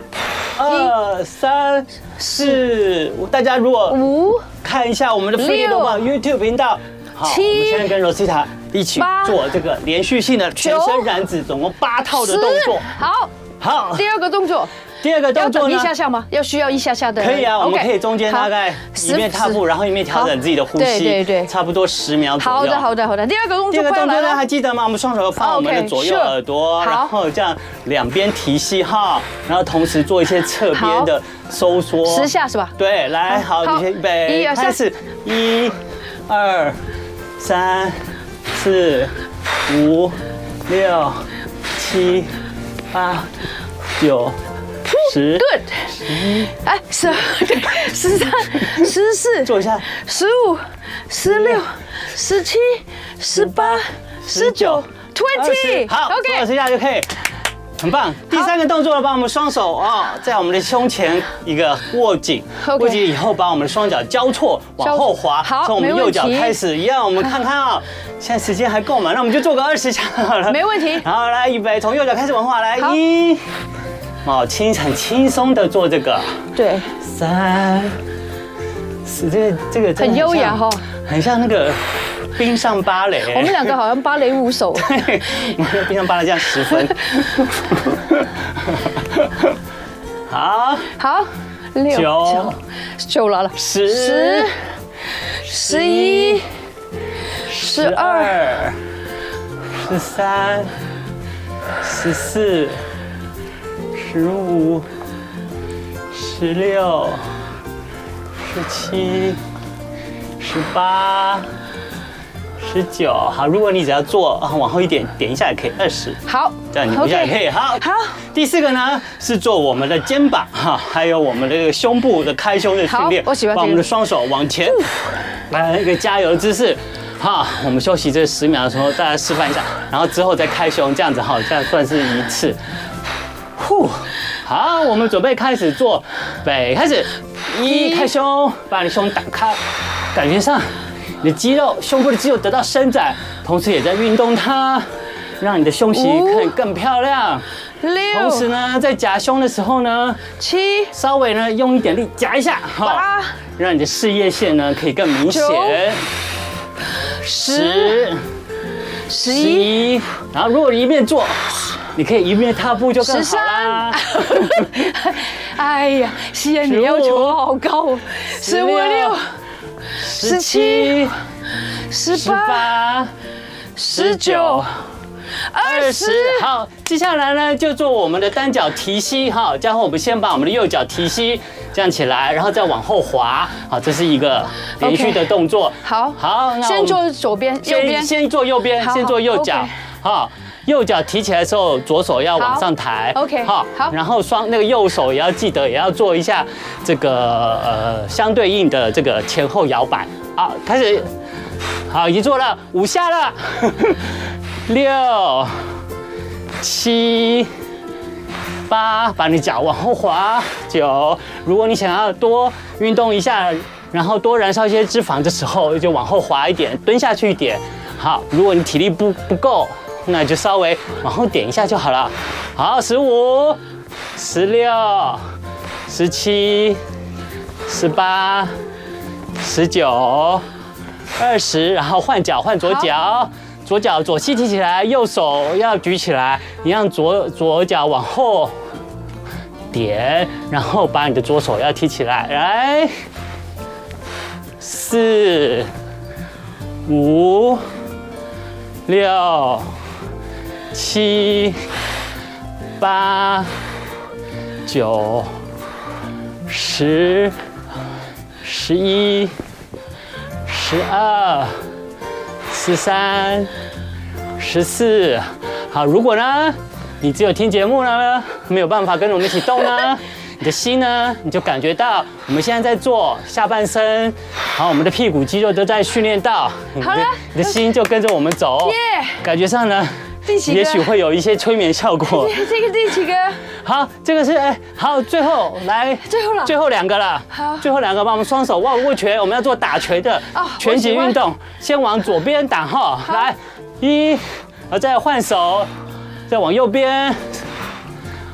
S2: 二、三、四。大家如果
S1: 五
S2: 看一下我们的 Free
S1: 六
S2: 的网 YouTube 频道。好，我
S1: 七
S2: 们现在跟 Rosita 一起
S1: 八
S2: 做这个连续性的全身燃脂，总共八套的
S1: 十
S2: 动作。
S1: 好，
S2: 好，
S1: 第二个动作
S2: 第二个
S1: 要
S2: 动作
S1: 等
S2: 呢
S1: 一？下下吗？要需要一下下的。
S2: 可以啊，我们
S1: OK，
S2: 可以中间大
S1: 好
S2: 概一
S1: 十
S2: 面踏步，
S1: 十
S2: 然后一面调整自己的呼吸，
S1: 好对对对
S2: 差不多十秒左右。
S1: 好的，好的，好的。第二个动
S2: 第
S1: 作
S2: 二个
S1: 快要
S2: 动
S1: 来
S2: 作呢，还
S1: 了，
S2: 记得吗？我们双手放我们的
S1: OK，
S2: 左右
S1: sure
S2: 耳朵，
S1: 好
S2: 然后这样两边提膝哈，然后同时做一些侧边的收缩，
S1: 十下是吧？
S2: 对，来，好，
S1: 好
S2: 你先预备，
S1: 一二三
S2: 开始，一、二、三、四、五、六、七、八、九、十，
S1: Good，哎，十二、十三、十四、
S2: 做一下，
S1: 十五、十六、十七、十八、十九、
S2: 20
S1: twenty，
S2: 好，做了
S1: OK，
S2: 十下就可以。很棒！第三个动作呢，把我们双手啊、在我们的胸前一个握紧
S1: OK
S2: 握紧以后，把我们的双脚交错往后滑，
S1: 交错好
S2: 从我们
S1: 没问
S2: 右脚
S1: 题
S2: 开始一样。我们看看啊、 现在时间还够吗？那我们就做个二十下好了。
S1: 没问题
S2: 然后来，预备，从右脚开始往后滑来，
S1: 好
S2: 一，哦，轻很轻松的做这个，
S1: 对，
S2: 三，四，这个这个真的
S1: 很优雅
S2: 像
S1: 哈。
S2: 很像那个冰上芭蕾。
S1: 我们两个好像芭蕾舞 手，
S2: 我们 冰上芭蕾这样十 分。好，
S1: 好，六
S2: 九、
S1: 九了了，
S2: 十
S1: 十、十一、
S2: 十
S1: 十二、
S2: 二、十三、十四、十五、十六、十七、十八。十九，好，如果你只要做啊往后一点，点一下也可以，二十，
S1: 好
S2: 这样你一下也可以。
S1: ，OK，
S2: 好，
S1: 好，
S2: 第四个呢是做我们的肩膀哈，还有我们的这个胸部的开胸的训练，
S1: 好我喜欢这个
S2: 把我们的双手往前，来一个加油的姿势。哈，我们休息这十秒的时候，大家示范一下，然后之后再开胸，这样子哈，这样算是一次。呼，好，我们准备开始做，北开始，一开胸，把你胸打开，感觉上你的肌肉，胸部的肌肉得到伸展，同时也在运动它，让你的胸型
S1: 哦
S2: 可以更漂亮。同时
S1: 六、
S2: 呢，在夹胸的时候呢，
S1: 七、
S2: 稍微呢用一点力夹一下，哈，
S1: 八、
S2: 让你的事业线呢可以更明显
S1: 九。十、
S2: 十、十
S1: 十一。
S2: 一，然后如果一面做，你可以一面踏步就更好啦。
S1: 哎呀，西安，你要求好高哦，十五六、
S2: 十七、
S1: 十
S2: 十
S1: 八、
S2: 八、
S1: 十九、二
S2: 二
S1: 十
S2: 十。，好，接下来呢就做我们的单脚提膝，哈，然后我们先把我们的右脚提膝这样起来，然后再往后滑，好，这是一个连续的动作。
S1: 好，
S2: 好，那我
S1: 先
S2: 们
S1: 做左边，右边
S2: 先，先做右边，
S1: 好
S2: 先做右脚
S1: 好，
S2: 好。右脚提起来的时候，左手要往上抬
S1: 好，OK，好
S2: 然后双那个右手也要记得，也要做一下这个呃相对应的这个前后摇摆。好，开始，好，已经做了五下了， 六、七、八，把你脚往后滑。九，如果你想要多运动一下，然后多燃烧一些脂肪的时候，就往后滑一点，蹲下去一点。好，如果你体力不不够，那就稍微往后点一下就好了。好，十五、十六、十七、十八、十九、二十，然后换脚换左脚，左脚左膝提起来，右手要举起来，你让左左脚往后点，然后把你的左手要提起来，来，四、五、六、七、八、九、十、十一。十二、十三、十四。好，如果呢，你只有听节目呢，没有办法跟着我们一起动呢， 你的心呢，你就感觉到我们现在在做下半身，好，我们的屁股肌肉都在训练到，你
S3: 好
S2: 的
S3: 了
S2: 你的心就跟着我们走，
S3: 耶
S2: 感觉上呢
S3: 第几，个
S2: 也许会有一些催眠效果。
S3: 这个第几个？
S2: 好，这个是哎，好，最后来，
S3: 最后了
S2: 最后两个了，
S3: 好
S2: 最后两个，把我们双手握握拳，我们要做打拳的
S3: 哦
S2: 拳击
S3: 我喜欢
S2: 运动，先往左边打哈，来，一，然后再换手，再往右边，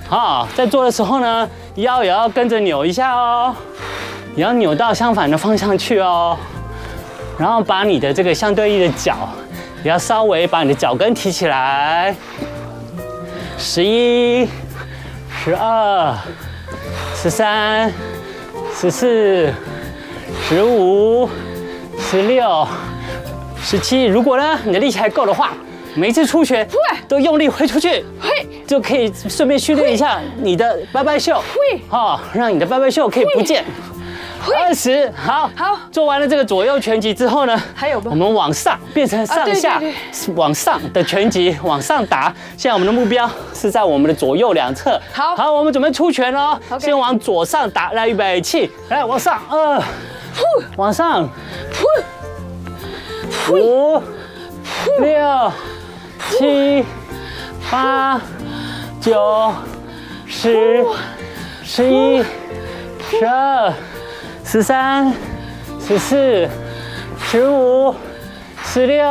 S2: 好，在做的时候呢，腰也要跟着扭一下哦，也要扭到相反的方向去哦，然后把你的这个相对应的脚，也要稍微把你的脚跟提起来，十一。十二、十三、十四、十五、十六、十七。如果呢，你的力气还够的话，每一次出拳都用力挥出去，
S3: 嘿，
S2: 就可以顺便训练一下你的拜拜袖，哦，让你的拜拜袖可以不见。二十，好，
S3: 好
S2: 做完了这个左右拳击之后呢，
S3: 还有吗
S2: 我们往上变成上
S3: 啊
S2: 下
S3: 对对
S2: 往上的拳击，往上打。现在我们的目标是在我们的左右两侧。
S3: 好
S2: 好，我们准备出拳喽，
S3: OK
S2: 先往左上打，来，预备起，来往上，二，往上，五，六，七，八，九，十，十一，十二，十三，十四，十五，十六。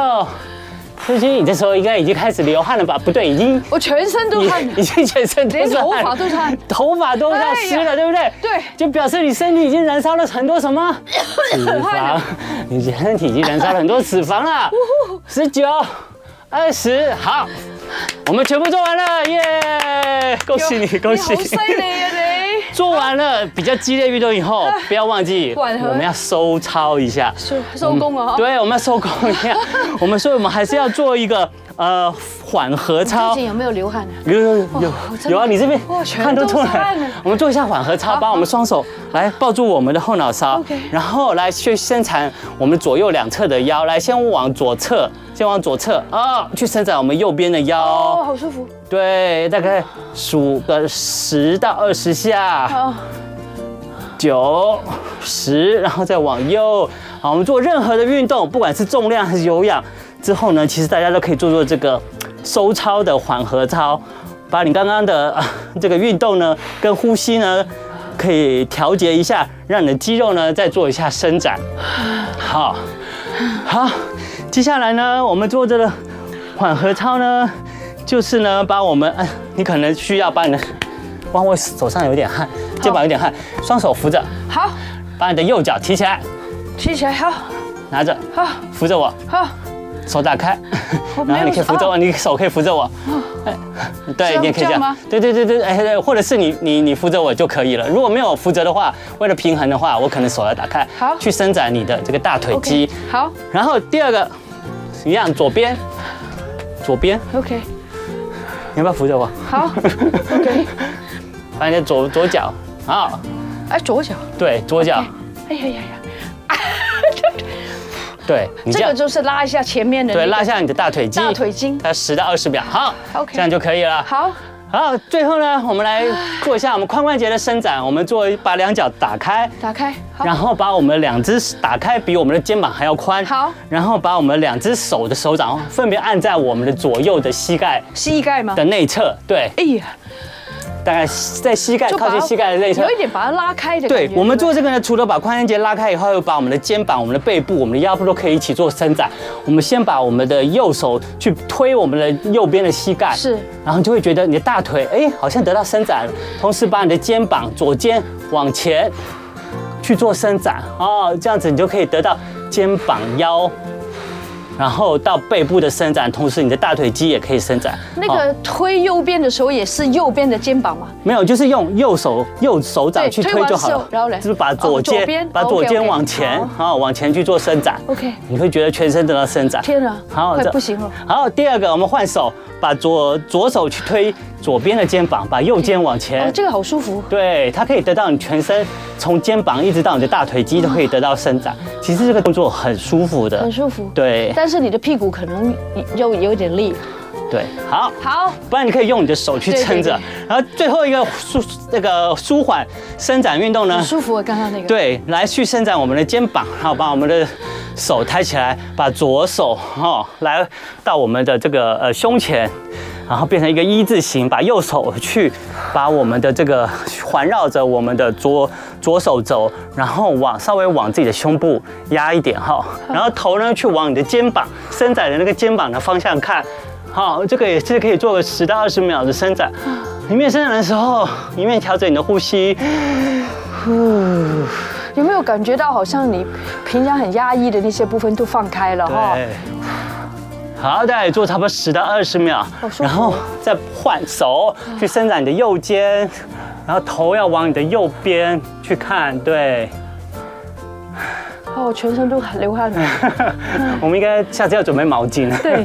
S2: 十七，你这时候应该已经开始流汗了吧？不对，已经
S3: 我全身都汗了
S2: 已经全身都
S3: 连
S2: 是
S3: 头
S2: 汗
S3: 发都是汗，
S2: 头发都要湿了，
S3: 哎呀
S2: 对不对？
S3: 对
S2: 就表示你身体已经燃烧了很多什么 脂肪，你身体已经燃烧了很多脂肪了。十九、二十，好，我们全部做完了，耶！恭喜你，恭喜
S3: 你好犀利啊你！
S2: 做完了比较激烈运动以后，不要忘记
S3: 缓和
S2: 我们要收操一下。
S3: 收收工了哈。啊
S2: 嗯对，我们要收工 一下。我们说我们还是要做一个呃缓和操
S1: 最，近有没有流汗啊？
S2: 有有有
S1: 我真的
S2: 有啊！你这边
S3: 哇全
S2: 汗都
S3: 都
S2: 出
S3: 是
S2: 来
S3: 汗
S2: 了
S3: 了。
S2: 我们做一下缓和操，把我们双手来抱住我们的后脑勺
S3: OK，
S2: 然后来去伸展我们左右两侧的腰。来，先往左侧，先往左侧啊，去伸展我们右边的
S3: 哦，
S2: 腰。
S3: 好舒服。
S2: 对，大概数个十到二十下。
S3: 好，
S2: 九十，然后再往右。好，我们做任何的运动，不管是重量还是有氧，之后呢，其实大家都可以做做这个收操的缓和操，把你刚刚的、 啊这个运动呢跟呼吸呢可以调节一下，让你的肌肉呢再做一下伸展。好，好，接下来呢，我们做这个缓和操呢，就是呢把我们，哎，你可能需要把你的，哇，我手上有点汗，肩膀有点汗，双手扶着，
S3: 好，
S2: 把你的右脚提起来，
S3: 提起来，好，
S2: 拿着，
S3: 好，
S2: 扶着我，
S3: 好，
S2: 手打开，
S3: 我 没有
S2: 然
S3: 哦
S2: 后你可以扶着我，你手可以扶着我，哎，
S3: 这
S2: 对，
S3: 样
S2: 你也可以这
S3: 这样
S2: 样
S3: 吗，
S2: 对对对对，哎对，或者是你你你扶着我就可以了。如果没有扶着的话，为了平衡的话，我可能手要打开，
S3: 好
S2: 去伸展你的这个大腿
S3: OK，
S2: 肌。
S3: 好
S2: 然后第二个一样，左边，左边，
S3: ，OK，
S2: 你要不要扶着我？
S3: 好 ，OK，
S2: 把你的左左脚，好，
S1: 哎，左脚，
S2: 对，左脚，
S3: 哎呀呀呀，
S2: 对你这
S1: 这
S2: 样
S1: 个，就是拉一下前面的那
S2: 对，
S1: 个
S2: 拉下你的大腿肌，
S1: 大腿筋。
S2: 它十到二十秒，好
S3: OK
S2: 这样就可以了。
S3: 好，
S2: 好，最后呢，我们来做一下我们髋关节的伸展，我们做把两脚打开。
S3: 打开，好，
S2: 然后把我们两只打开，比我们的肩膀还要宽。
S3: 好，
S2: 然后把我们两只手的手掌分别按在我们的左右的膝盖
S3: 膝盖吗
S2: 的？内侧，对，
S3: 哎呀，
S2: 大概在膝盖
S3: 就把
S2: 靠近膝盖的内侧
S3: 有。一点把它拉开的感觉。
S2: 对我们
S3: 不
S2: 做这哦个呢，除了把髋关节拉开以后，又把我们的肩膀、我们的背部、我们的腰部都可以一起做伸展。我们先把我们的右手去推我们的右边的膝盖，
S1: 是，
S2: 然后你就会觉得你的大腿哎好像得到伸展了，同时把你的肩膀左肩往前去做伸展哦，这样子你就可以得到肩膀、腰，然后到背部的伸展，同时你的大腿肌也可以伸展。
S1: 那
S2: 哦
S1: 个推右边的时候也是右边的肩膀嘛，
S2: 没有，就是用右手右手掌
S1: 对
S2: 去
S1: 推
S2: 推
S1: 完
S2: 就好
S1: 手
S2: 了，
S1: 然后嘞
S2: 就是把左
S1: 哦左
S2: 肩
S1: 边
S2: 把左
S1: OK，OK，
S2: 肩往前，好往前去做伸展。
S1: OK
S2: 你会觉得全身得到伸展。
S1: 天啊
S2: 好，
S1: 快
S2: 这
S1: 不行了。
S2: 好，第二个我们换手，把左左手去推左边的肩膀，把右肩往前
S1: 哦，。这个好舒服。
S2: 对，它可以得到你全身，从肩膀一直到你的大腿肌都可以得到伸展。其实这个动作很舒服的，
S1: 哦很舒服
S2: 对
S1: 但是你的屁股可能又有点力。
S2: 对，好，
S1: 好，
S2: 不然你可以用你的手去撑着
S1: 对。
S2: 然后最后一个舒那个舒缓伸展运动呢
S1: 很，舒服啊，刚刚那个。，
S2: 嗯对，来去伸展我们的肩膀，好，把我们的手抬起来，把左手哈、哦、来到我们的这个呃胸前，然后变成一个一字形，把右手去把我们的这个环绕着我们的左左手肘，然后往稍微往自己的胸部压一点哈、然后头呢去往你的肩膀伸展的那个肩膀的方向看。好，这个也是可以做个十到二十秒的伸展。一面伸展的时候，一面哦调整你的呼吸，
S1: 有没有感觉到好像你平常很压抑的那些部分都放开了哈？
S2: 对，好，大家也做差不多十到二十秒
S1: 好，舒服
S2: 然后再换手去伸展你的右肩，然后头要往你的右边去看。对，
S1: 哦，我全身都流汗了。
S2: 我们应该下次要准备毛巾。
S1: 对，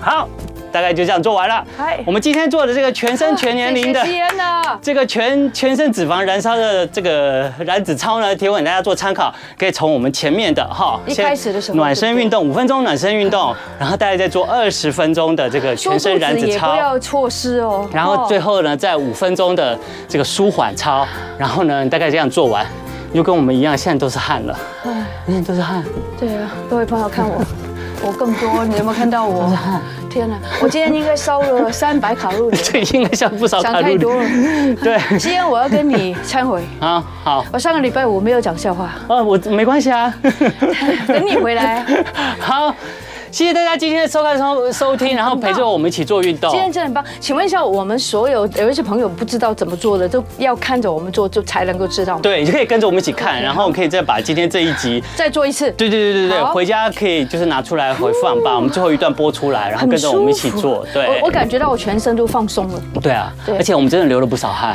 S2: 好，大概就这样做完了
S1: 嗨。
S2: 我们今天做的这个全身全年 龄的。
S1: 姐姐天呐，
S2: 这个全全身脂肪燃烧的这个燃脂操呢，提供给大家做参考，可以从我们前面的哈，
S1: 嗯一开始的时候
S2: 先暖身运动五分钟暖身运动，然后大家再做二十分钟的这个
S1: 收
S2: 全身
S1: 肚
S2: 燃
S1: 子
S2: 脂
S1: 也不
S2: 操。
S1: 要错失哦。
S2: 然后最
S1: 哦
S2: 后呢，在五分钟的这个舒缓操，然后呢，你大概这样做完，你就跟我们一样，现在都是汗了，现在都是汗，
S1: 对啊，各位朋友看我，我更多，你有没有看到我？ 天呐，我今天应该烧了三百卡路里，
S2: 这应该像不少
S1: 想
S2: 卡
S1: 太
S2: 路里
S1: 多。了。
S2: 对，
S1: 今天我要跟你忏悔，
S2: 啊，好，
S1: 我上个礼拜五没有讲笑 话，
S2: 哦，我没关系啊。
S1: 等你回来。
S2: 好，谢谢大家今天的收看收收听，然后陪着我们一起做运动
S1: 今。天真的很棒，请问一下，我们所有有一些朋友不知道怎么做的，都要看着我们做，就才能够知道。，
S2: 对，你就可以跟着我们一起看，
S1: 嗯
S2: 然后可以再把今天这一集。
S1: 再做一次。
S2: 对对对对对，
S1: 好
S2: 回家可以就是拿出来回放，把我们最后一段播出来，然后
S1: 很
S2: 跟着
S1: 舒服，
S2: 我们一起做。对，
S1: 我我感觉到我全身都 放松了。
S2: 对啊，
S1: 对
S2: 而且我们真的流了不少 汗，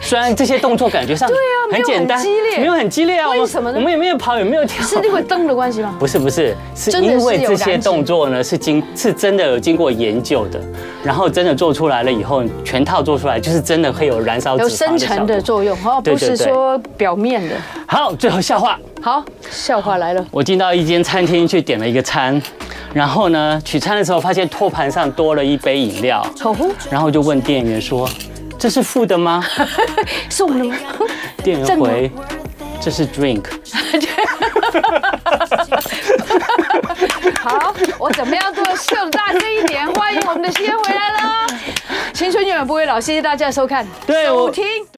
S2: 虽然这些动作感觉上对
S1: 啊没有
S2: 简单，
S1: 很激烈
S2: 没有很激烈啊，我
S1: 为
S2: 们
S1: 什么呢
S2: 我们也没有跑，也没有跳，
S1: 是那个灯的关系吗？
S2: 不是不是，是
S1: 真的是
S2: 因为
S1: 有
S2: 这些
S1: 燃脂
S2: 动作呢是经是真的有经过研究的，然后真的做出来了以后，全套做出来就是真的会有燃烧脂
S1: 有
S2: 肪的
S1: 深
S2: 效
S1: 层
S2: 果
S1: 的作用哦，
S2: 对
S1: 不
S2: 对
S1: 是
S2: 对
S1: 说表面的。
S2: 好，最后笑话，
S1: 好，笑话来了，
S2: 我进到一间餐厅去点了一个餐，然后呢取餐的时候发现托盘上多了一杯饮料，
S1: 口红
S2: 然后就问店员说：“这是付的吗
S1: 送了吗？？”
S2: 店员
S1: 真的
S2: 回：“这是 drink。”
S1: 好，我怎么样做笑得大声一点？欢迎我们的新人回来了，青春永远不会老，谢谢大家的收看，
S2: 对我
S1: 收听。